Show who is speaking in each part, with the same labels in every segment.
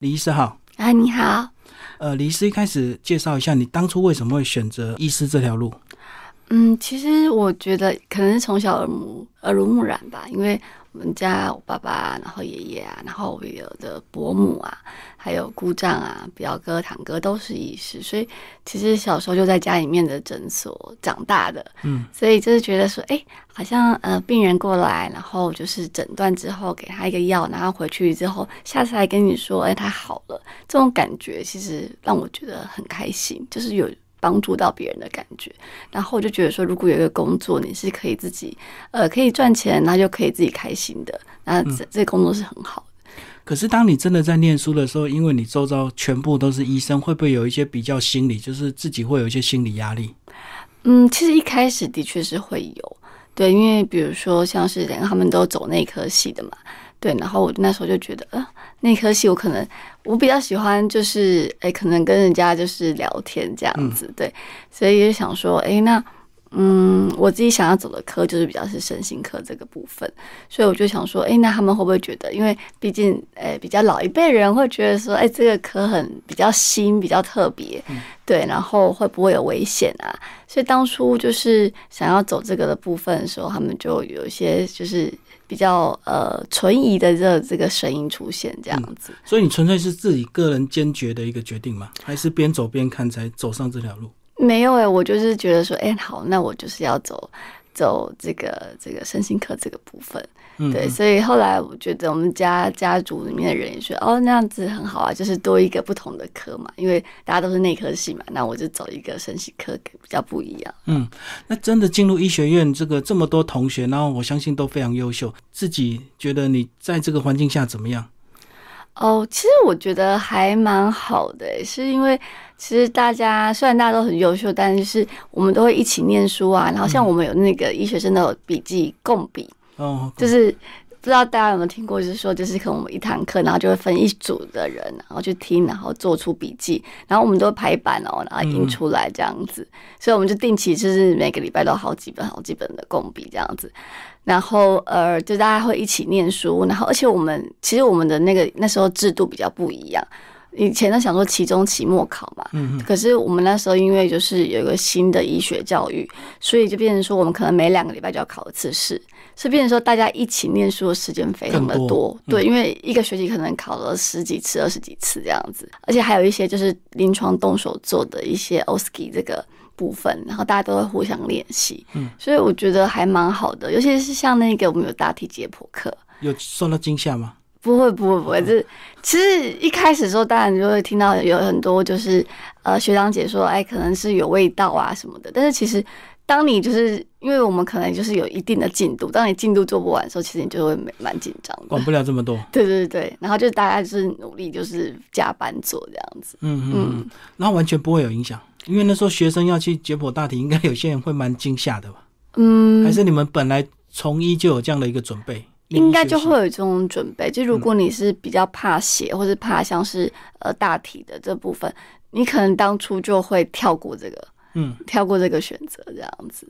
Speaker 1: 李医师好，
Speaker 2: 啊，你好，
Speaker 1: 呃，李医师一开始介绍一下，你当初为什么会选择医师这条路？
Speaker 2: 嗯，其实我觉得可能是从小耳濡耳濡目染吧，因为我们家我爸爸，然后爷爷啊，然后我有的伯母啊，还有姑丈啊、表哥、堂哥都是医师，所以其实小时候就在家里面的诊所长大的，
Speaker 1: 嗯，
Speaker 2: 所以就是觉得说，哎、好像呃病人过来，然后就是诊断之后给他一个药，然后回去之后，下次来跟你说，哎、他好了，这种感觉其实让我觉得很开心，就是有帮助到别人的感觉。然后我就觉得说，如果有一个工作，你是可以自己，呃，可以赚钱，然后又可以自己开心的，那这这个工作是很好的。
Speaker 1: 可是当你真的在念书的时候，因为你周遭全部都是医生，会不会有一些比较心理，就是自己会有一些心理压力？
Speaker 2: 嗯，其实一开始的确是会有，对，因为比如说像是两个他们都走内科系的嘛，对，然后我那时候就觉得，呃，内科系我可能我比较喜欢就是，哎、可能跟人家就是聊天这样子，对，所以就想说，哎、那。嗯，我自己想要走的科就是比较是身心科这个部分，所以我就想说，哎、那他们会不会觉得，因为毕竟，哎、比较老一辈人会觉得说，哎、这个科很比较新，比较特别，对，然后会不会有危险啊？所以当初就是想要走这个的部分的时候，他们就有一些就是比较呃存疑的这这个声音出现这样子。
Speaker 1: 所以你纯粹是自己个人坚决的一个决定吗？还是边走边看才走上这条路？
Speaker 2: 没有诶、欸我就是觉得说，哎、好，那我就是要走走这个这个身心科这个部分。
Speaker 1: 嗯，
Speaker 2: 对，所以后来我觉得我们家家族里面的人也说，哦，那样子很好啊，就是多一个不同的科嘛，因为大家都是内科系嘛，那我就走一个身心科比较不一样。
Speaker 1: 嗯，那真的进入医学院，这个这么多同学，然后我相信都非常优秀，自己觉得你在这个环境下怎么样？
Speaker 2: 哦，其实我觉得还蛮好的欸，是因为其实大家虽然大家都很优秀，但是是我们都会一起念书啊。然后像我们有那个医学生都有笔记共笔，
Speaker 1: 哦，
Speaker 2: 就是不知道大家有没有听过，就是说就是可能我们一堂课，然后就会分一组的人，然后去听，然后做出笔记，然后我们都会排版哦，然后印出来这样子。所以我们就定期就是每个礼拜都好几本好几本的共笔这样子。然后呃，就大家会一起念书，然后而且我们其实我们的那个那时候制度比较不一样，以前都想说期中、期末考嘛，
Speaker 1: 嗯
Speaker 2: 可是我们那时候因为就是有一个新的医学教育，所以就变成说我们可能每两个礼拜就要考一次试，所以变成说大家一起念书的时间非常的
Speaker 1: 更
Speaker 2: 多，
Speaker 1: 多嗯
Speaker 2: 对，因为一个学期可能考了十几次、二十几次这样子，而且还有一些就是临床动手做的一些 OSKI 这个。部分，然后大家都会互相练习，
Speaker 1: 嗯，
Speaker 2: 所以我觉得还蛮好的，尤其是像那个我们有大体解剖课，
Speaker 1: 有受到惊吓吗？
Speaker 2: 不会，不会，不会。
Speaker 1: 嗯
Speaker 2: 这其实一开始的时候，当然就会听到有很多就是呃学长姐说，哎，可能是有味道啊什么的。但是其实，当你就是因为我们可能就是有一定的进度，当你进度做不完的时候，其实你就会蛮蛮紧张的
Speaker 1: 管。不了这么多。
Speaker 2: 对对对，然后就大家就是努力，就是加班做这样子。
Speaker 1: 嗯嗯嗯，然后完全不会有影响，因为那时候学生要去解剖大体，应该有些人会蛮惊吓的吧？
Speaker 2: 嗯，
Speaker 1: 还是你们本来从医就有这样的一个准备？
Speaker 2: 应该就
Speaker 1: 念医学习
Speaker 2: 会有这种准备。就如果你是比较怕血，或是怕像是呃大体的这部分，你可能当初就会跳过这个，
Speaker 1: 嗯，
Speaker 2: 跳过这个选择这样子。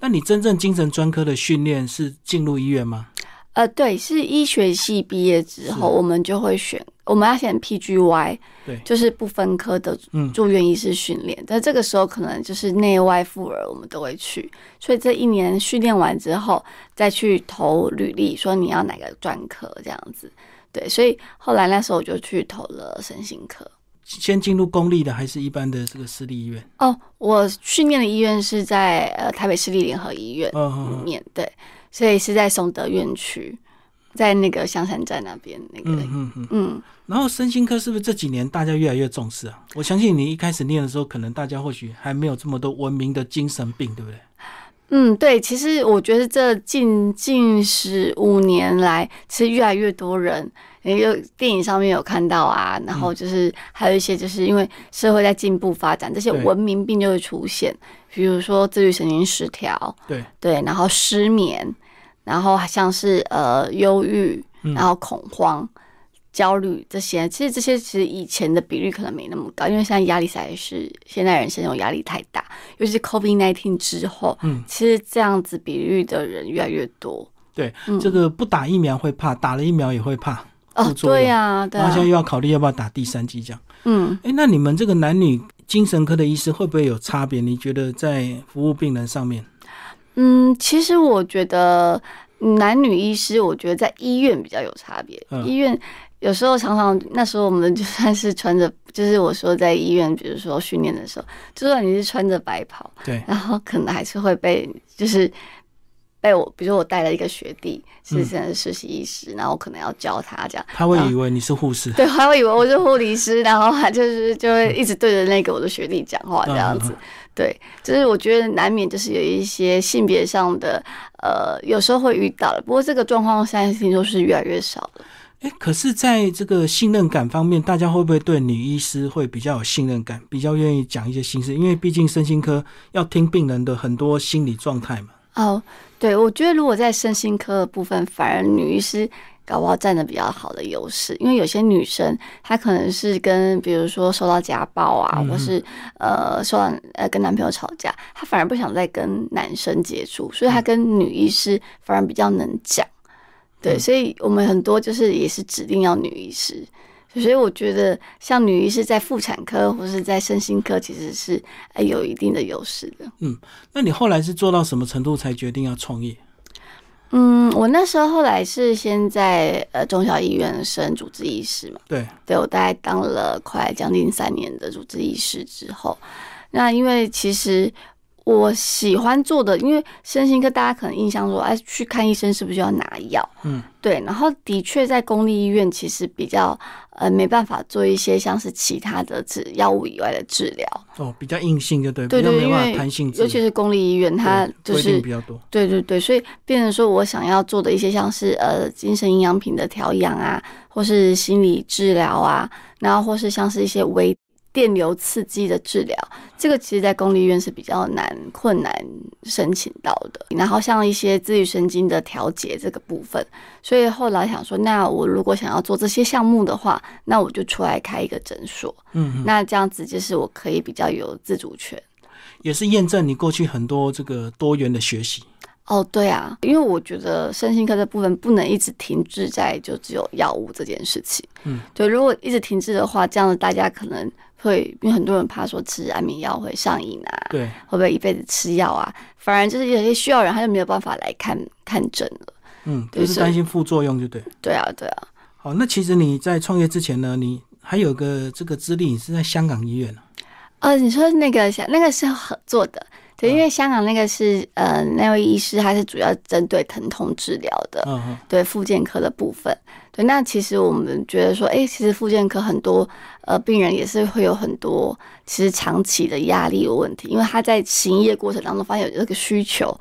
Speaker 1: 那你真正精神专科的训练是进入医院吗？
Speaker 2: 呃，对，是医学系毕业之后，我们就会选，我们要选 PGY，
Speaker 1: 对
Speaker 2: 就是不分科的
Speaker 1: 嗯
Speaker 2: 住院医师训练。但这个时候可能就是内外妇儿我们都会去，所以这一年训练完之后，再去投履历，说你要哪个专科这样子。对，所以后来那时候我就去投了身心科。
Speaker 1: 先进入公立的还是一般的这个私立医院？
Speaker 2: 哦，我训练的医院是在呃台北市立联合医院
Speaker 1: 嗯
Speaker 2: 里
Speaker 1: 嗯
Speaker 2: 面，对，所以是在松德院区，在那个香山站那边那个
Speaker 1: 嗯嗯嗯。
Speaker 2: 嗯，
Speaker 1: 然后身心科是不是这几年大家越来越重视啊？我相信你一开始念的时候，可能大家或许还没有这么多文明的精神病，对不对？
Speaker 2: 嗯，对，其实我觉得这近近十五年来，其实越来越多人，也有电影上面有看到啊，然后就是还有一些，就是因为社会在进步发展，这些
Speaker 1: 对
Speaker 2: 文明病就会出现，比如说自律神经失调，
Speaker 1: 对，
Speaker 2: 对，然后失眠，然后像是呃忧郁，
Speaker 1: 嗯
Speaker 2: 然后恐慌、焦虑这些，其实这些其实以前的比率可能没那么高，因为现在压力才是现在人生有压力太大，尤其是 COVID nineteen 之后，
Speaker 1: 嗯
Speaker 2: 其实这样子比率的人越来越多。嗯
Speaker 1: 对，这个不打疫苗会怕，打了疫苗也会怕。
Speaker 2: 哦
Speaker 1: 副，作
Speaker 2: 对
Speaker 1: 用。
Speaker 2: 呀、对
Speaker 1: 然后
Speaker 2: 啊
Speaker 1: 现，在又要考虑要不要打第三剂这样。
Speaker 2: 嗯，
Speaker 1: 哎，那你们这个男女精神科的医师会不会有差别？你觉得在服务病人上面？
Speaker 2: 嗯，其实我觉得男女医师，我觉得在医院比较有差别。
Speaker 1: 嗯
Speaker 2: 医院有时候常常那时候我们就算是穿着，就是我说在医院，比如说训练的时候，就算你是穿着白袍，
Speaker 1: 对，
Speaker 2: 然后可能还是会被就是。被我，比如说我带了一个学弟，是
Speaker 1: 嗯
Speaker 2: 现在是实习医师，然后我可能要教他这样，
Speaker 1: 他会
Speaker 2: 啊
Speaker 1: 以为你是护士。
Speaker 2: 对，他会以为我是护理师， 然后他就是就会一直对着那个我的学弟讲话这样
Speaker 1: 嗯嗯
Speaker 2: 子。对，就是我觉得难免就是有一些性别上的，呃，有时候会遇到的。不过这个状况现在听说是越来越少了。
Speaker 1: 哎，可是在这个信任感方面，大家会不会对女医师会比较有信任感，比较愿意讲一些心事？因为毕竟身心科要听病人的很多心理状态嘛。
Speaker 2: 哦，对，我觉得如果在身心科的部分，反而女医师搞不好占的比较好的优势，因为有些女生她可能是跟比如说受到家暴啊，
Speaker 1: 嗯
Speaker 2: 或是呃受到呃跟男朋友吵架，她反而不想再跟男生接触，所以她跟女医师反而比较能讲。对，
Speaker 1: 嗯
Speaker 2: 所以我们很多就是也是指定要女医师。所以我觉得，像女医师在妇产科或是在身心科，其实是呃有一定的优势的。
Speaker 1: 那你后来是做到什么程度才决定要创业？
Speaker 2: 嗯，我那时候后来是先在呃中小医院升主治医师嘛，
Speaker 1: 对，
Speaker 2: 对我大概当了快将近三年的主治医师之后，那因为其实我喜欢做的，因为身心科大家可能印象说，哎，去看医生是不是就要拿药？
Speaker 1: 嗯，
Speaker 2: 对，然后的确在公立医院其实比较呃没办法做一些像是其他的治药物以外的治疗，
Speaker 1: 哦，比较硬性就对，
Speaker 2: 对
Speaker 1: 比较
Speaker 2: 对，
Speaker 1: 没
Speaker 2: 因
Speaker 1: 办
Speaker 2: 为
Speaker 1: 法弹性治疗，
Speaker 2: 尤其是公立医院，它
Speaker 1: 对
Speaker 2: 就
Speaker 1: 规定
Speaker 2: 是
Speaker 1: 比较多。
Speaker 2: 嗯对对对，所以变成说我想要做的一些像是呃精神营养品的调养啊，或是心理治疗啊，然后或是像是一些微电流刺激的治疗，这个其实在公立医院是比较难困难申请到的。然后像一些自律神经的调节这个部分，所以后来想说，那我如果想要做这些项目的话，那我就出来开一个诊所，
Speaker 1: 嗯，嗯
Speaker 2: 那这样子就是我可以比较有自主权。
Speaker 1: 也是验证你过去很多这个多元的学习。
Speaker 2: 哦，对啊，因为我觉得身心科的部分不能一直停滞在就只有药物这件事情。
Speaker 1: 嗯，
Speaker 2: 对，如果一直停滞的话，这样子大家可能会，因为很多人怕说吃安眠药会上瘾啊，
Speaker 1: 对，
Speaker 2: 会不会一辈子吃药啊？反而就是有些需要人他就没有办法来看看诊了。
Speaker 1: 嗯，
Speaker 2: 对
Speaker 1: 就是
Speaker 2: 所以
Speaker 1: 担心副作用，就对。
Speaker 2: 对啊，对啊，
Speaker 1: 好，那其实你在创业之前呢，你还有个这个资历，你是在香港医院啊
Speaker 2: 呃，你说那个想那个是合作的。对，因为香港那个是呃，那位医师他是主要针对疼痛治疗的，
Speaker 1: 嗯嗯，
Speaker 2: 对复健科的部分。对，那其实我们觉得说，哎，其实复健科很多呃病人也是会有很多其实长期的压力有问题，因为他在行医的过程当中发现有这个需求。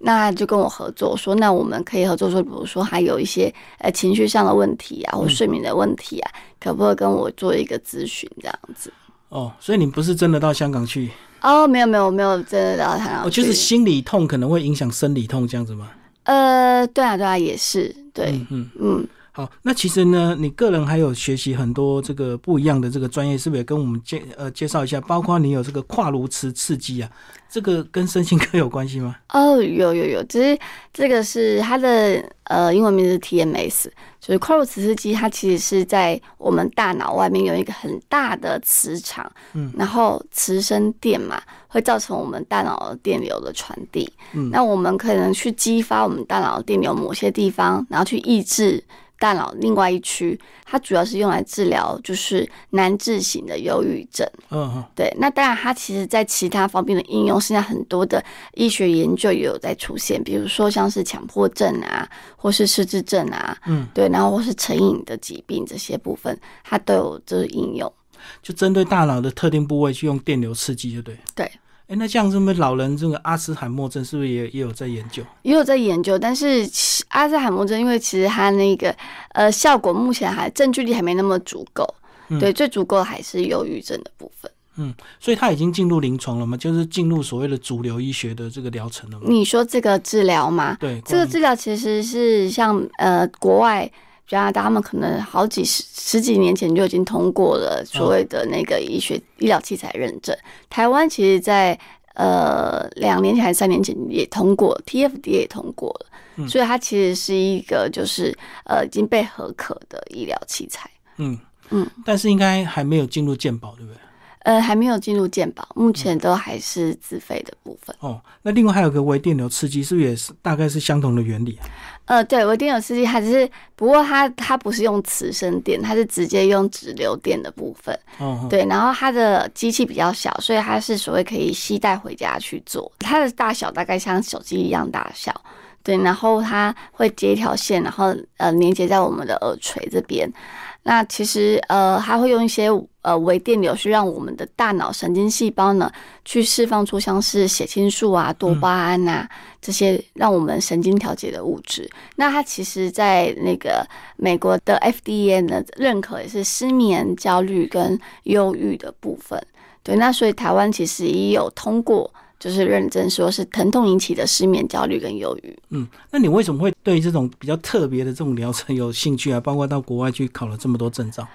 Speaker 2: 那就跟我合作说，那我们可以合作说，比如说还有一些呃情绪上的问题啊，
Speaker 1: 嗯
Speaker 2: 或睡眠的问题啊，可不可以跟我做一个咨询这样子？
Speaker 1: 哦，所以你不是真的到香港去，
Speaker 2: 哦，没有没有没有，真的到他
Speaker 1: 哦，就是心理痛可能会影响生理痛这样子吗？
Speaker 2: 呃，对啊对啊，也是对，
Speaker 1: 嗯嗯。
Speaker 2: 嗯
Speaker 1: 好，那其实呢，你个人还有学习很多这个不一样的这个专业，是不是也跟我们介呃介绍一下？包括你有这个跨颅磁刺激啊，这个跟身心科有关系吗？
Speaker 2: 哦，有有有，只是这个是它的呃英文名字是 TMS，就是跨入磁刺激，它其实是在我们大脑外面有一个很大的磁场，
Speaker 1: 嗯，
Speaker 2: 然后磁生电嘛，会造成我们大脑的电流的传递，
Speaker 1: 嗯
Speaker 2: 那我们可能去激发我们大脑的电流某些地方，然后去抑制。大脑另外一区，它主要是用来治疗就是难治型的忧郁症。
Speaker 1: 嗯嗯，
Speaker 2: 对，那当然，它其实在其他方面的应用，现在很多的医学研究也有在出现，比如说像是强迫症啊，或是失智症啊，
Speaker 1: 嗯，
Speaker 2: 对，然后或是成瘾的疾病这些部分，它都有这个应用。
Speaker 1: 就针对大脑的特定部位去用电流刺激，就对。
Speaker 2: 对。
Speaker 1: 哎，那这样是不是老人这个阿兹海默症是不是也也有在研究？
Speaker 2: 也有在研究，但是其阿兹海默症，因为其实它那个呃效果目前还证据力还没那么足够，
Speaker 1: 嗯
Speaker 2: 对，最足够的还是忧郁症的部分。
Speaker 1: 所以他已经进入临床了嘛，就是进入所谓的主流医学的这个疗程了嘛。
Speaker 2: 你说这个治疗吗？
Speaker 1: 对，
Speaker 2: 嗯这个
Speaker 1: 关于
Speaker 2: 治疗其实是像呃国外加拿大，他们可能好几十十几年前就已经通过
Speaker 1: 嗯
Speaker 2: 了所谓的那个医学、医疗器材认证。台湾其实在呃两年前还是三年前也通过，TFD 也通过了。
Speaker 1: 嗯
Speaker 2: 所以它其实是一个就是呃已经被合可的医疗器材。
Speaker 1: 嗯
Speaker 2: 嗯，
Speaker 1: 但是应该还没有进入健保，对不对？
Speaker 2: 呃，还没有进入健保，
Speaker 1: 嗯
Speaker 2: 目前都还是自费的部分。
Speaker 1: 哦，那另外还有个微电流刺激，是不是也是大概是相同的原理啊？
Speaker 2: 呃，对，我一定有司机，它只是不过它它不是用磁生电，它是直接用直流电的部分。
Speaker 1: 哦，哦，
Speaker 2: 对，然后它的机器比较小，所以它是所谓可以携带回家去做。它的大小大概像手机一样大小，对，然后它会接一条线，然后呃连接在我们的耳垂这边。那其实呃，它会用一些呃微电流去让我们的大脑神经细胞呢去释放出像是血清素啊、多巴胺啊、这些让我们神经调节的物质。那它其实，在那个美国的 FDA 呢认可也是失眠、焦虑跟忧郁的部分。对，那所以台湾其实也有通过，就是认证说是疼痛引起的失眠、焦虑跟忧郁。
Speaker 1: 嗯，那你为什么会对这种比较特别的这种疗程有兴趣啊？包括到国外去考了这么多证照，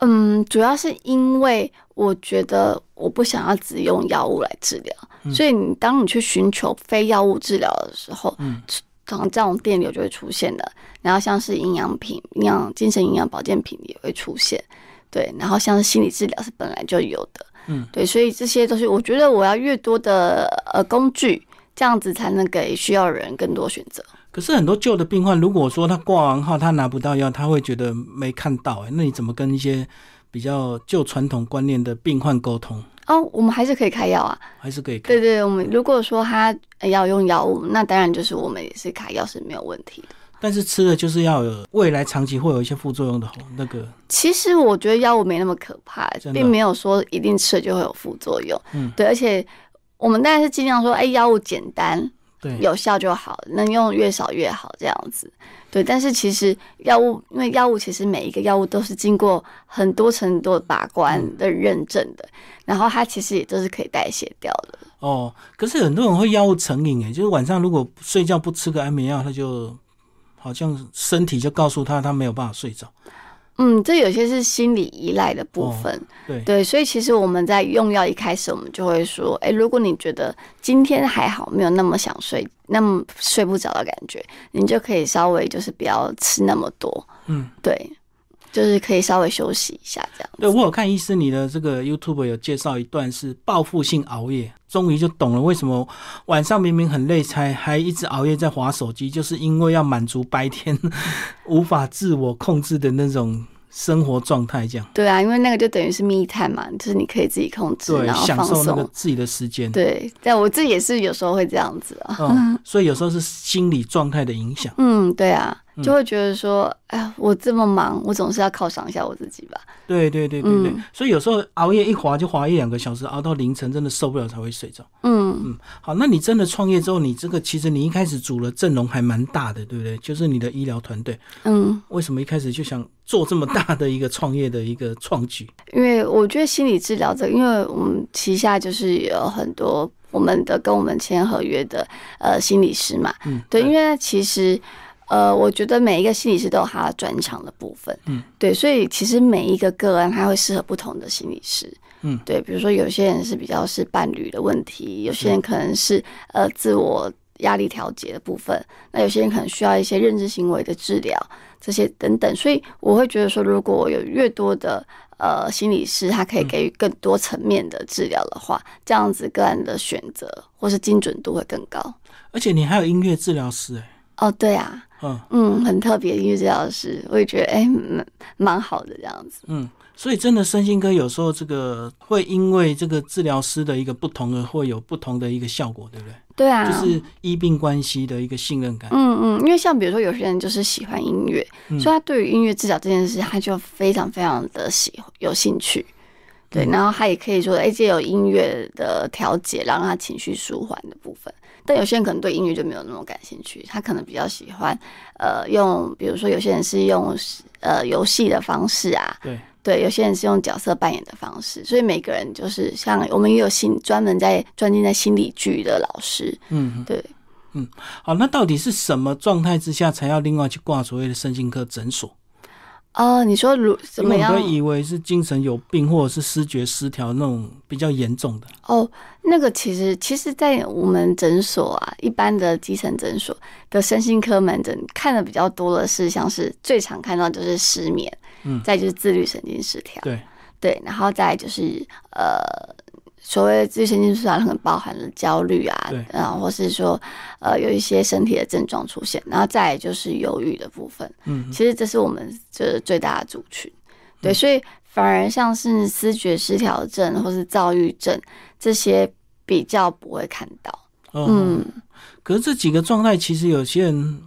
Speaker 2: 嗯，主要是因为我觉得我不想要只用药物来治疗，
Speaker 1: 嗯
Speaker 2: 所以你当你去寻求非药物治疗的时候，
Speaker 1: 嗯
Speaker 2: 通常这种电流就会出现的。然后像是营养品、营养、精神营养保健品也会出现，对。然后像是心理治疗是本来就有的，
Speaker 1: 嗯，
Speaker 2: 对。所以这些东西，我觉得我要越多的呃工具，这样子才能给需要人更多选择。
Speaker 1: 可是很多旧的病患，如果说他挂完号他拿不到药，他会觉得没看到、欸，那你怎么跟一些比较旧传统观念的病患沟通？
Speaker 2: 哦，我们还是可以开药啊，
Speaker 1: 还是可以看
Speaker 2: 对对，我们如果说他呃要用药物，那当然就是我们也是开药是没有问题的。
Speaker 1: 但是吃了就是要有未来长期会有一些副作用的吼那个，
Speaker 2: 其实我觉得药物没那么可怕
Speaker 1: 真，的
Speaker 2: 并没有说一定吃了就会有副作用。
Speaker 1: 嗯，
Speaker 2: 对，而且我们当然是尽量说，哎，药物简单
Speaker 1: 对，
Speaker 2: 有效就好，能用越少越好这样子。对，但是其实药物，因为药物其实每一个药物都是经过很多程度的把关的认证的，然后它其实也都是可以代谢掉的。
Speaker 1: 哦，可是很多人会药物成瘾，哎，就是晚上如果睡觉不吃个安眠药，他就好像身体就告诉他他没有办法睡着。
Speaker 2: 嗯，这有些是心理依赖的部
Speaker 1: 哦
Speaker 2: 分。
Speaker 1: 对，
Speaker 2: 对，所以其实我们在用药一开始，我们就会说，哎，如果你觉得今天还好，没有那么想睡，那么睡不着的感觉，你就可以稍微就是不要吃那么多，
Speaker 1: 嗯，
Speaker 2: 对，就是可以稍微休息一下这样。
Speaker 1: 对我有看医师你的这个 YouTube 有介绍一段是报复性熬夜，终于就懂了为什么晚上明明很累才还一直熬夜在划手机，就是因为要满足白天 无法自我控制的那种生活状态，这样
Speaker 2: 对啊，因为那个就等于是密探嘛，就是你可以自己控制，
Speaker 1: 对
Speaker 2: 然后
Speaker 1: 享
Speaker 2: 放
Speaker 1: 受那个
Speaker 2: 松。
Speaker 1: 自己的时间。
Speaker 2: 对，但我自己也是有时候会这样子啊。
Speaker 1: 嗯，所以有时候是心理状态的影响。
Speaker 2: 嗯，对啊，就会觉得说，哎、呀，我这么忙，我总是要犒赏一下我自己吧。
Speaker 1: 对对对对对，
Speaker 2: 嗯
Speaker 1: 所以有时候熬夜一划就划一两个小时，熬到凌晨真的受不了才会睡着。
Speaker 2: 嗯，
Speaker 1: 好，那你真的创业之后，你这个其实你一开始组了阵容还蛮大的，对不对？就是你的医疗团队，
Speaker 2: 嗯，
Speaker 1: 为什么一开始就想做这么大的一个创业的一个创举？
Speaker 2: 因为我觉得心理治疗这个，因为我们旗下就是有很多我们的跟我们签合约的呃心理师嘛，
Speaker 1: 嗯，
Speaker 2: 对，因为其实呃，我觉得每一个心理师都有他专长的部分，
Speaker 1: 嗯，
Speaker 2: 对，所以其实每一个个案他会适合不同的心理师，
Speaker 1: 嗯
Speaker 2: 对，比如说有些人是比较是伴侣的问题，有些人可能是呃自我压力调节的部分，那有些人可能需要一些认知行为的治疗。这些等等，所以我会觉得说，如果我有越多的呃心理师，他可以给予更多层面的治疗的话，这样子个案的选择或是精准度会更高。
Speaker 1: 而且你还有音乐治疗师、哎，
Speaker 2: 哦，对啊，
Speaker 1: 嗯
Speaker 2: 嗯，很特别，音乐治疗师，我也觉得哎，蛮蛮好的这样子。
Speaker 1: 嗯，所以真的身心科有时候这个会因为这个治疗师的一个不同而会有不同的一个效果，对不对？
Speaker 2: 对啊，
Speaker 1: 就是医病关系的一个信任感。
Speaker 2: 嗯嗯，因为像比如说有些人就是喜欢音乐，
Speaker 1: 嗯
Speaker 2: 所以他对于音乐治疗这件事，他就非常非常的喜有兴趣。对，然后他也可以说，哎，借由音乐的调节，让他情绪舒缓的部分。但有些人可能对音乐就没有那么感兴趣，他可能比较喜欢，呃，用比如说有些人是用呃游戏的方式啊，
Speaker 1: 对，
Speaker 2: 对，有些人是用角色扮演的方式，所以每个人就是像我们也有心专门在专精在心理剧的老师，
Speaker 1: 嗯。
Speaker 2: 对，
Speaker 1: 好，那到底是什么状态之下才要另外去挂所谓的身心科诊所？
Speaker 2: 哦，你说如怎
Speaker 1: 因
Speaker 2: 么
Speaker 1: 为我们
Speaker 2: 样
Speaker 1: 都？以为是精神有病或者是失觉失调那种比较严重的。
Speaker 2: 哦，那个其实，其实，在我们诊所啊，一般的基层诊所的身心科门诊看的比较多的是，像是最常看到就是失眠，
Speaker 1: 嗯
Speaker 2: 再就是自律神经失调，
Speaker 1: 对，
Speaker 2: 对，然后再来就是呃，所谓自律神经失调，可能包含了焦虑啊
Speaker 1: 对，
Speaker 2: 然后或是说呃有一些身体的症状出现，然后再来就是忧郁的部分，
Speaker 1: 嗯，
Speaker 2: 其实这是我们这最大的族群，对，所以反而像是思觉失调症或是躁郁症这些比较不会看到，
Speaker 1: 哦、
Speaker 2: 嗯，
Speaker 1: 可是这几个状态，其实有些人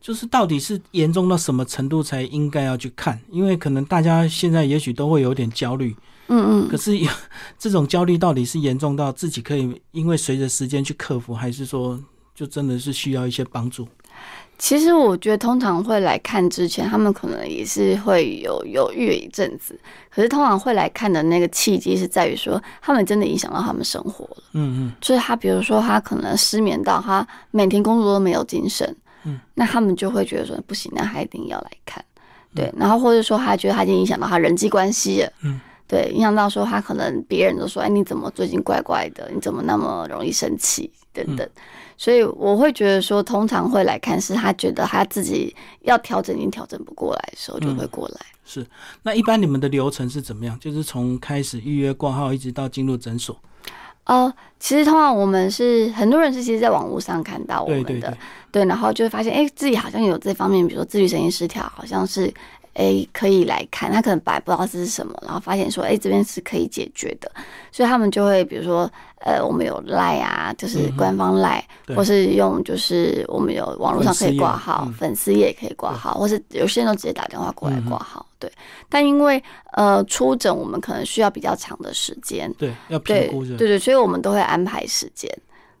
Speaker 1: 就是到底是严重到什么程度才应该要去看？因为可能大家现在也许都会有点焦虑，
Speaker 2: 嗯
Speaker 1: 可
Speaker 2: 嗯，
Speaker 1: 是有这种焦虑到底是严重到自己可以因为随着时间去克服，还是说就真的是需要一些帮助？
Speaker 2: 其实我觉得通常会来看之前，他们可能也是会有犹豫一阵子，可是通常会来看的那个契机是在于说，他们真的影响到他们生活了。
Speaker 1: 嗯
Speaker 2: 就是他，比如说他可能失眠到他每天工作都没有精神，
Speaker 1: 嗯，
Speaker 2: 那他们就会觉得说不行，那他一定要来看，对，然后或者说他觉得他已经影响到他人际关系了，
Speaker 1: 嗯，
Speaker 2: 对，影响到说他可能别人都说，哎，你怎么最近怪怪的？你怎么那么容易生气？
Speaker 1: 嗯
Speaker 2: 等等，所以我会觉得说，通常会来看是他觉得他自己要调整已经调整不过来的时候，就会过来。
Speaker 1: 嗯，是。那一般你们的流程是怎么样？就是从开始预约挂号一直到进入诊所。
Speaker 2: 哦，其实通常我们是很多人是其实，在网络上看哦到我们
Speaker 1: 对
Speaker 2: 的，
Speaker 1: 对对，
Speaker 2: 对，然后就会发现，哎，自己好像有这方面，比如说自律神经失调，好像是，哎，可以来看。他可能本来不知道这是什么，然后发现说，哎，这边是可以解决的，所以他们就会，比如说，呃，我们有赖啊，就是
Speaker 1: 嗯哼
Speaker 2: 官方赖、
Speaker 1: 对
Speaker 2: 或是用就是我们有网络上可以挂号，粉丝页也可以挂号，或是有些人都直接打电话过来
Speaker 1: 嗯哼
Speaker 2: 挂号。对，但因为呃出诊，我们可能需要比较长的时间，
Speaker 1: 对，要评
Speaker 2: 对
Speaker 1: 估是吧
Speaker 2: 对对，所以我们都会安排时间。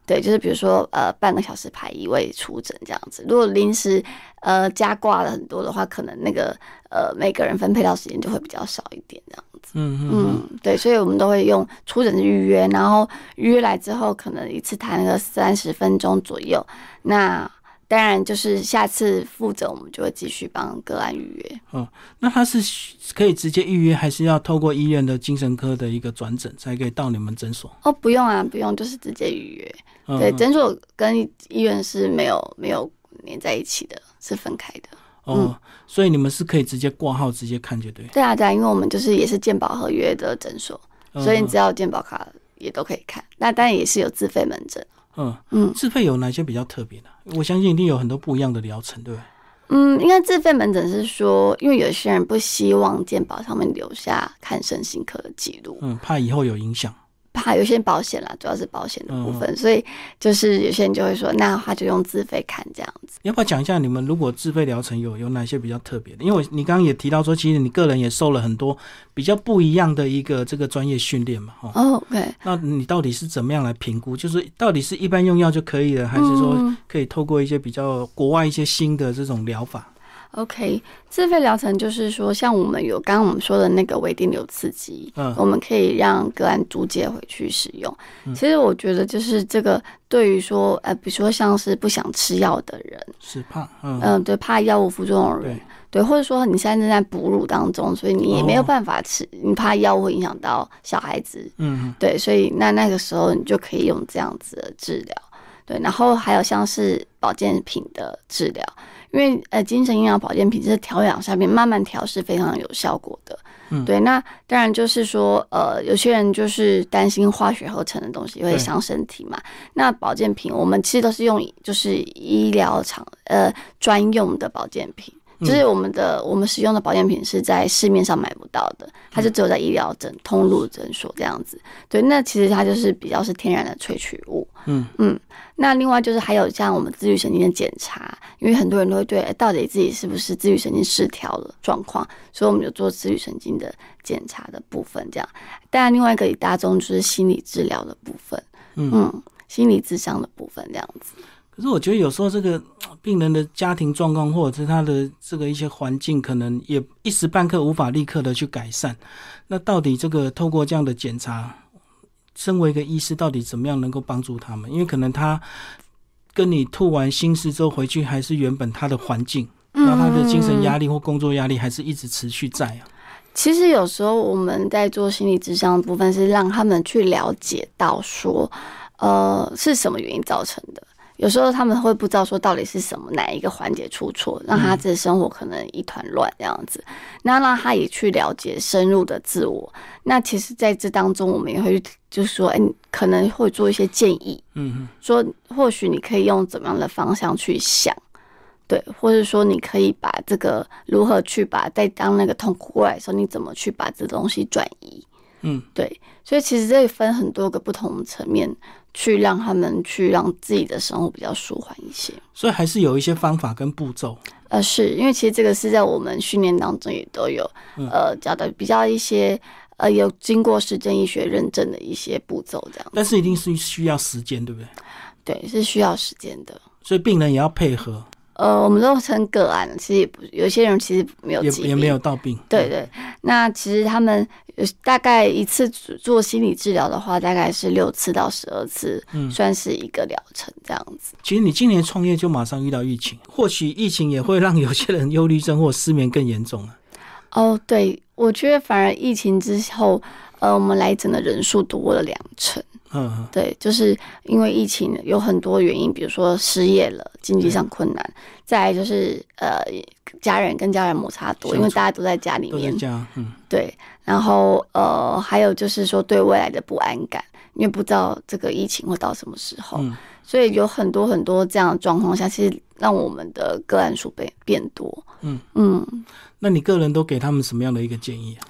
Speaker 2: 对，就是比如说，呃，半个小时排一位出诊这样子。如果临时呃加挂了很多的话，可能那个呃每个人分配到时间就会比较少一点这样。
Speaker 1: 嗯嗯嗯，
Speaker 2: 嗯，对，所以我们都会用出诊预约，然后预约来之后，可能一次谈个三十分钟左右。那当然就是下次复诊，我们就会继续帮个案预约。
Speaker 1: 那他是需可以直接预约，还是要透过医院的精神科的一个转诊才可以到你们诊所？
Speaker 2: 哦，不用啊，不用，就是直接预约。
Speaker 1: 嗯
Speaker 2: 对，
Speaker 1: 嗯
Speaker 2: 诊所跟医院是没有没有连在一起的，是分开的。嗯
Speaker 1: 哦，所以你们是可以直接挂号直接看就对，
Speaker 2: 对啊，对啊，因为我们就是也是健保合约的诊所，
Speaker 1: 嗯
Speaker 2: 所以你只要有健保卡也都可以看。那当然也是有自费门诊。
Speaker 1: 嗯，
Speaker 2: 嗯
Speaker 1: 自费有哪些比较特别的？我相信一定有很多不一样的疗程，对吧？
Speaker 2: 嗯，应该自费门诊是说，因为有些人不希望健保上面留下看身心科的记录，
Speaker 1: 嗯，怕以后有影响。
Speaker 2: 怕有些保险啦，主要是保险的部
Speaker 1: 嗯
Speaker 2: 分，所以就是有些人就会说，那他就用自费看这样子。
Speaker 1: 要不要讲一下你们如果自费疗程有有哪些比较特别的？因为我你刚刚也提到说，其实你个人也受了很多比较不一样的一个这个专业训练嘛，哦，
Speaker 2: 哦、对，
Speaker 1: 那你到底是怎么样来评估？就是到底是一般用药就可以了，还是说
Speaker 2: 嗯
Speaker 1: 可以透过一些比较国外一些新的这种疗法？
Speaker 2: OK，自费疗程就是说，像我们有刚刚我们说的那个微电流刺激，
Speaker 1: 嗯
Speaker 2: 我们可以让个案租借回去使用。其实我觉得就是这个对于说，呃，比如说像是不想吃药的人，
Speaker 1: 是怕，嗯，
Speaker 2: 嗯、对，怕药物副作用的人
Speaker 1: 对，，
Speaker 2: 对，或者说你现在正在哺乳当中，所以你也没有
Speaker 1: 哦
Speaker 2: 办法吃，你怕药物会影响到小孩子，
Speaker 1: 嗯
Speaker 2: 对，所以那那个时候你就可以用这样子的治疗，对，然后还有像是保健品的治疗，因为呃精神营养保健品是调养下面慢慢调是非常有效果的，
Speaker 1: 嗯
Speaker 2: 对，那当然就是说呃有些人就是担心化学合成的东西会
Speaker 1: 对
Speaker 2: 伤身体嘛，那保健品我们其实都是用就是医疗厂呃专用的保健品。
Speaker 1: 嗯
Speaker 2: 就是我们的我们使用的保健品是在市面上买不到的，它就只有在医疗诊通路诊所这样子。对，那其实它就是比较是天然的萃取物。
Speaker 1: 嗯
Speaker 2: 嗯，那另外就是还有像我们自律神经的检查，因为很多人都会对、哎到底自己是不是自律神经失调的状况，所以我们就做自律神经的检查的部分这样。当然，另外一个以大宗就是心理治疗的部分，
Speaker 1: 嗯
Speaker 2: 嗯，心理智商的部分这样子。
Speaker 1: 可是我觉得有时候这个呃病人的家庭状况，或者是他的这个一些环境，可能也一时半刻无法立刻的去改善。那到底这个透过这样的检查，身为一个医师，到底怎么样能够帮助他们？因为可能他跟你吐完心事之后回去，还是原本他的环境，然后他的精神压力或工作压力还是一直持续在啊。
Speaker 2: 其实有时候我们在做心理智商的部分，是让他们去了解到说，呃，是什么原因造成的。有时候他们会不知道说到底是什么哪一个环节出错，让他的生活可能一团乱这样子。那让他也去了解深入的自我。那其实在这当中，我们也会就是说，哎、你可能会做一些建议，
Speaker 1: 嗯
Speaker 2: 说或许你可以用怎么样的方向去想，对，或者说你可以把这个如何去把在当那个痛苦过来的时候，你怎么去把这东西转移，
Speaker 1: 嗯，
Speaker 2: 对，所以其实这分很多个不同层面，去让他们去让自己的生活比较舒缓一些。
Speaker 1: 所以还是有一些方法跟步骤。
Speaker 2: 呃，是因为其实这个是在我们训练当中也都有，
Speaker 1: 嗯
Speaker 2: 呃，教的比较一些，呃，有经过实践医学认证的一些步骤，这样
Speaker 1: 但是一定是需要时间，对不对？
Speaker 2: 对，是需要时间的。
Speaker 1: 所以病人也要配合，
Speaker 2: 呃，我们都称个案，其实也不有些人其实没有
Speaker 1: 也
Speaker 2: 疾
Speaker 1: 也没
Speaker 2: 病
Speaker 1: 有到病。
Speaker 2: 对对，那其实他们呃大概一次做做心理治疗的话，大概是六次到十二次，
Speaker 1: 嗯
Speaker 2: 算是一个疗程这样子。
Speaker 1: 其实你今年创业就马上遇到疫情，或许疫情也会让有些人忧郁症或失眠更严重啊。
Speaker 2: 哦，对，我觉得反而疫情之后，呃，我们来诊的人数多了两成。
Speaker 1: 嗯，嗯
Speaker 2: 对，就是因为疫情有很多原因，比如说失业了，经济上困难，再来就是呃家人跟家人摩擦多，因
Speaker 1: 相
Speaker 2: 为
Speaker 1: 处
Speaker 2: 大家都在家里
Speaker 1: 都在
Speaker 2: 面，
Speaker 1: 家，嗯，
Speaker 2: 对，然后呃，还有就是说对未来的不安感，因为不知道这个疫情会到什么时候，
Speaker 1: 嗯
Speaker 2: 所以有很多很多这样的状况下，其实让我们的个案数变变多。
Speaker 1: 嗯
Speaker 2: 嗯，
Speaker 1: 那你个人都给他们什么样的一个建议啊？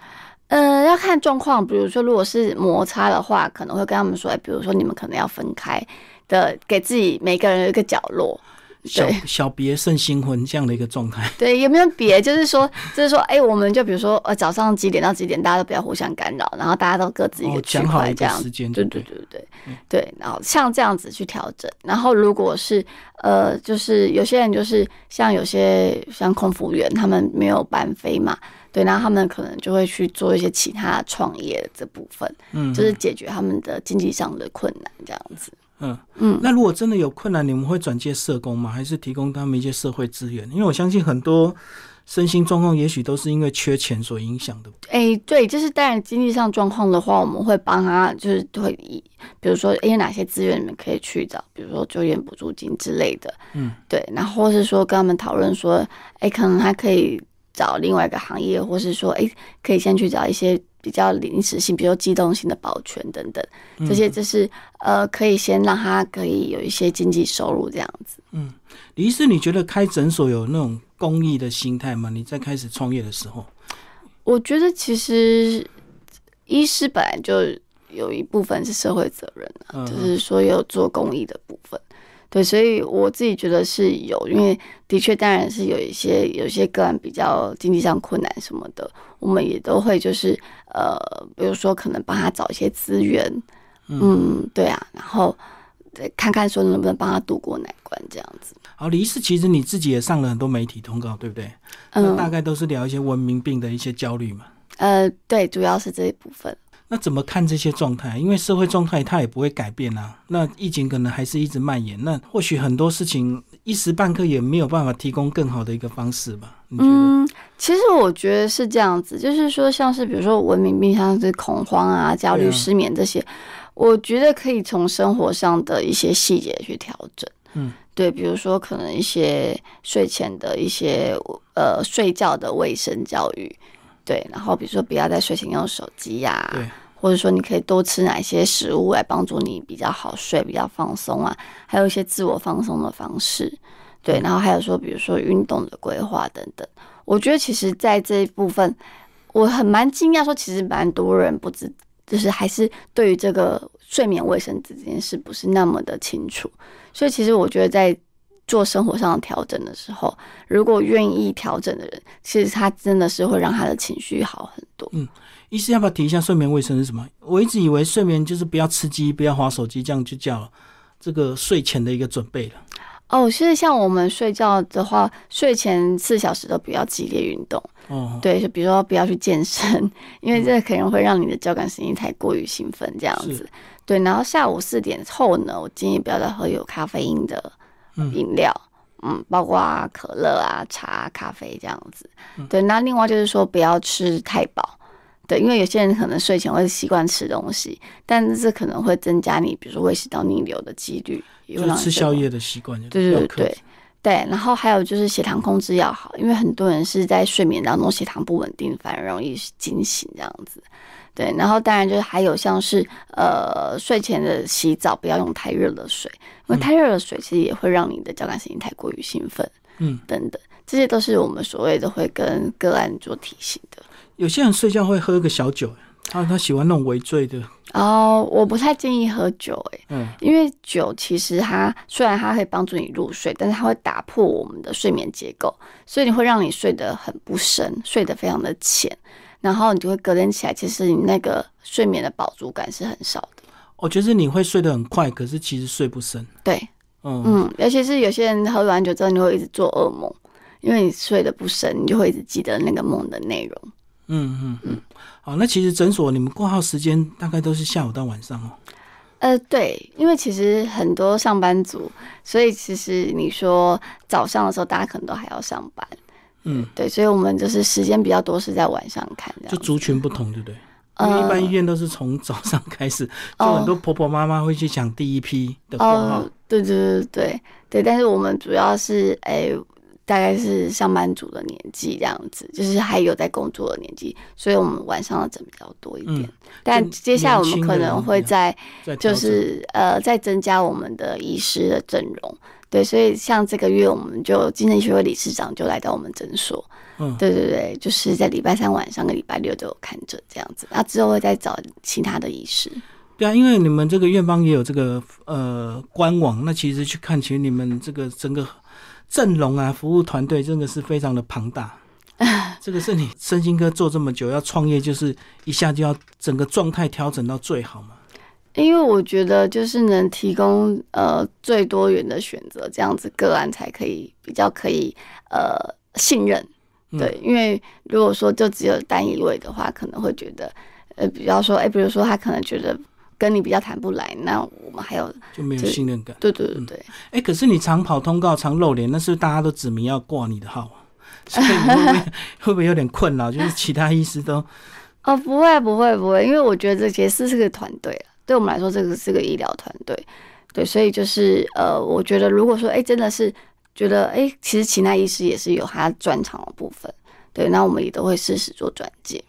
Speaker 2: 呃，要看状况，比如说如果是摩擦的话，可能会跟他们说，哎，比如说你们可能要分开的，给自己每个人有一个角落。
Speaker 1: 小小别胜新婚这样的一个状态，
Speaker 2: 对，也没有别，就是说，就是说，哎、我们就比如说，呃，早上几点到几点，大家都不要互相干扰，然后大家都各自一
Speaker 1: 哦
Speaker 2: 个区
Speaker 1: 讲好
Speaker 2: 块
Speaker 1: 一个
Speaker 2: 这样。
Speaker 1: 时间
Speaker 2: 对
Speaker 1: 就
Speaker 2: 对对对对。然后像这样子去调整，然后如果是呃，就是有些人就是像有些像空服员，他们没有班飞嘛，对，然后他们可能就会去做一些其他创业这部分，
Speaker 1: 嗯，
Speaker 2: 就是解决他们的经济上的困难这样子。
Speaker 1: 嗯
Speaker 2: 嗯
Speaker 1: 那如果真的有困难，你们会转介社工吗？还是提供他们一些社会资源？因为我相信很多身心状况，也许都是因为缺钱所影响的。
Speaker 2: 哎、对，就是当然经济上状况的话，我们会帮他，就是会以，比如说，哎、有哪些资源你们可以去找，比如说就业补助金之类的，
Speaker 1: 嗯，
Speaker 2: 对，然后或是说跟他们讨论说，哎、可能他可以找另外一个行业，或是说，哎、可以先去找一些比较临时性，比如说机动性的保全等等，这些就是、呃，可以先让他可以有一些经济收入这样子。
Speaker 1: 李医师，你觉得开诊所有那种公益的心态吗？你在开始创业的时候，
Speaker 2: 我觉得其实医师本来就有一部分是社会责任。
Speaker 1: 嗯、
Speaker 2: 就是说有做公益的部分。对，所以我自己觉得是有，因为的确当然是有一些有一些个案比较经济上困难什么的，我们也都会就是呃，比如说可能帮他找一些资源，嗯，对啊，然后对看看说能不能帮他渡过难关这样子。
Speaker 1: 好，李医师，其实你自己也上了很多媒体通告，对不对？那大
Speaker 2: 嗯，
Speaker 1: 概都是聊一些文明病的一些焦虑嘛。
Speaker 2: 呃，对，主要是这一部分。
Speaker 1: 那怎么看这些状态？因为社会状态它也不会改变啊。那疫情可能还是一直蔓延，那或许很多事情一时半刻也没有办法提供更好的一个方式吧？你觉得？
Speaker 2: 嗯，其实我觉得是这样子，就是说，像是比如说文明病，像是恐慌啊、焦
Speaker 1: 对
Speaker 2: 虑、
Speaker 1: 啊
Speaker 2: 失眠这些，我觉得可以从生活上的一些细节去调整。
Speaker 1: 嗯，
Speaker 2: 对，比如说可能一些睡前的一些呃睡觉的卫生教育，对，然后比如说不要在睡前用手机呀、
Speaker 1: 对，
Speaker 2: 或者说你可以多吃哪些食物来帮助你比较好睡、比较放松啊，还有一些自我放松的方式，对，然后还有说比如说运动的规划等等。我觉得其实在这一部分，我很蛮惊讶，说其实蛮多人不知，就是还是对于这个睡眠卫生这件事不是那么的清楚，所以其实我觉得在。做生活上的调整的时候，如果愿意调整的人，其实他真的是会让他的情绪好很多。
Speaker 1: 医师要不要提一下睡眠卫生是什么？我一直以为睡眠就是不要吃鸡、不要划手机，这样就叫这个睡前的一个准备了。
Speaker 2: 哦，其实像我们睡觉的话，睡前四小时都不要激烈运动，
Speaker 1: 哦，
Speaker 2: 对，就比如说不要去健身， 因为这可能会让你的交感神经太过于兴奋这样子
Speaker 1: 是。
Speaker 2: 对，然后下午四点后呢，我建议不要再喝有咖啡因的饮料。嗯，包括可乐啊、茶、咖啡这样子。
Speaker 1: 嗯
Speaker 2: 对，那另外就是说不要吃太饱，对，因为有些人可能睡前会习惯吃东西，但这可能会增加你比如说胃食道逆流的几率，也
Speaker 1: 就
Speaker 2: 会让
Speaker 1: 是吃
Speaker 2: 你睡
Speaker 1: 宵
Speaker 2: 不
Speaker 1: 夜的习惯，
Speaker 2: 对对
Speaker 1: 要
Speaker 2: 对
Speaker 1: 克制
Speaker 2: 对。对，然后还有就是血糖控制要好，因为很多人是在睡眠当中血糖不稳定，反而容易惊醒这样子。对，然后当然就是还有像是呃睡前的洗澡不要用太热的水，因为太热的水其实也会让你的交感神经太过于兴奋，
Speaker 1: 嗯，
Speaker 2: 等等，这些都是我们所谓的会跟个案做提醒的。
Speaker 1: 有些人睡觉会喝个小酒，他他喜欢那种微醉的，
Speaker 2: 然后哦我不太建议喝酒、欸，
Speaker 1: 嗯，
Speaker 2: 因为酒其实它虽然它可以帮助你入睡，但是它会打破我们的睡眠结构，所以你会让你睡得很不深，睡得非常的浅，然后你就会隔天起来，其实你那个睡眠的饱足感是很少的。
Speaker 1: 我觉哦得你会睡得很快，可是其实睡不深，
Speaker 2: 对，
Speaker 1: 嗯，
Speaker 2: 嗯，尤其是有些人喝完酒之后，你会一直做噩梦，因为你睡得不深，你就会一直记得那个梦的内容。
Speaker 1: 嗯嗯嗯，好，那其实诊所你们挂号时间大概都是下午到晚上哦。
Speaker 2: 呃，对，因为其实很多上班族，所以其实你说早上的时候，大家可能都还要上班，
Speaker 1: 嗯，
Speaker 2: 对，所以我们就是时间比较多是在晚上看这
Speaker 1: 就
Speaker 2: 样子。
Speaker 1: 族群不同，对不对？因
Speaker 2: 呃
Speaker 1: 为一般医院都是从早上开始，就
Speaker 2: 哦
Speaker 1: 很多婆婆妈妈会去抢第一批的挂号
Speaker 2: 哦。，对对对对对，但是我们主要是哎，大概是上班族的年纪这样子，就是还有在工作的年纪，所以我们晚上的诊比较多一点。
Speaker 1: 嗯
Speaker 2: 但接下来我
Speaker 1: 年轻
Speaker 2: 们可
Speaker 1: 的
Speaker 2: 能
Speaker 1: 人
Speaker 2: 会
Speaker 1: 这样
Speaker 2: 在
Speaker 1: 在调
Speaker 2: 就
Speaker 1: 整
Speaker 2: 是呃，再增加我们的医师的阵容。对，所以像这个月，我们就精神学会理事长就来到我们诊所。
Speaker 1: 嗯
Speaker 2: 对对对，就是在礼拜三晚上跟礼拜六都有看诊这样子。那之后会再找其他的医师。
Speaker 1: 对啊，因为你们这个院方也有这个呃官网，那其实去看，其实你们这个整个阵容啊，服务团队真的是非常的庞大。这个是你身心科做这么久，要创业就是一下就要整个状态调整到最好嘛。
Speaker 2: 因为我觉得就是能提供呃最多元的选择，这样子个案才可以比较可以呃信任。
Speaker 1: 嗯
Speaker 2: 对，因为如果说就只有单一位的话，可能会觉得呃比较说，哎，比如说他可能觉得跟你比较谈不来，那我们还有
Speaker 1: 就没有
Speaker 2: 对
Speaker 1: 信任感。
Speaker 2: 对对对对，
Speaker 1: 哎，可是你常跑通告、常露脸，那是不是大家都指明要挂你的号啊，所以你会不会会不会有点困扰？就是其他医师都
Speaker 2: 哦，不会不会不会，因为我觉得这其实是个团队啊，对我们来说这个是个医疗团队，对，所以就是呃，我觉得如果说哎真的是觉得哎，其实齐奈医师也是有他专长的部分，对，那我们也都会适时做转介。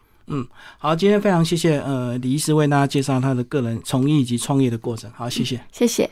Speaker 1: 好。今天非常谢谢呃李医师为大家介绍他的个人从医以及创业的过程，好，谢谢。
Speaker 2: 谢谢。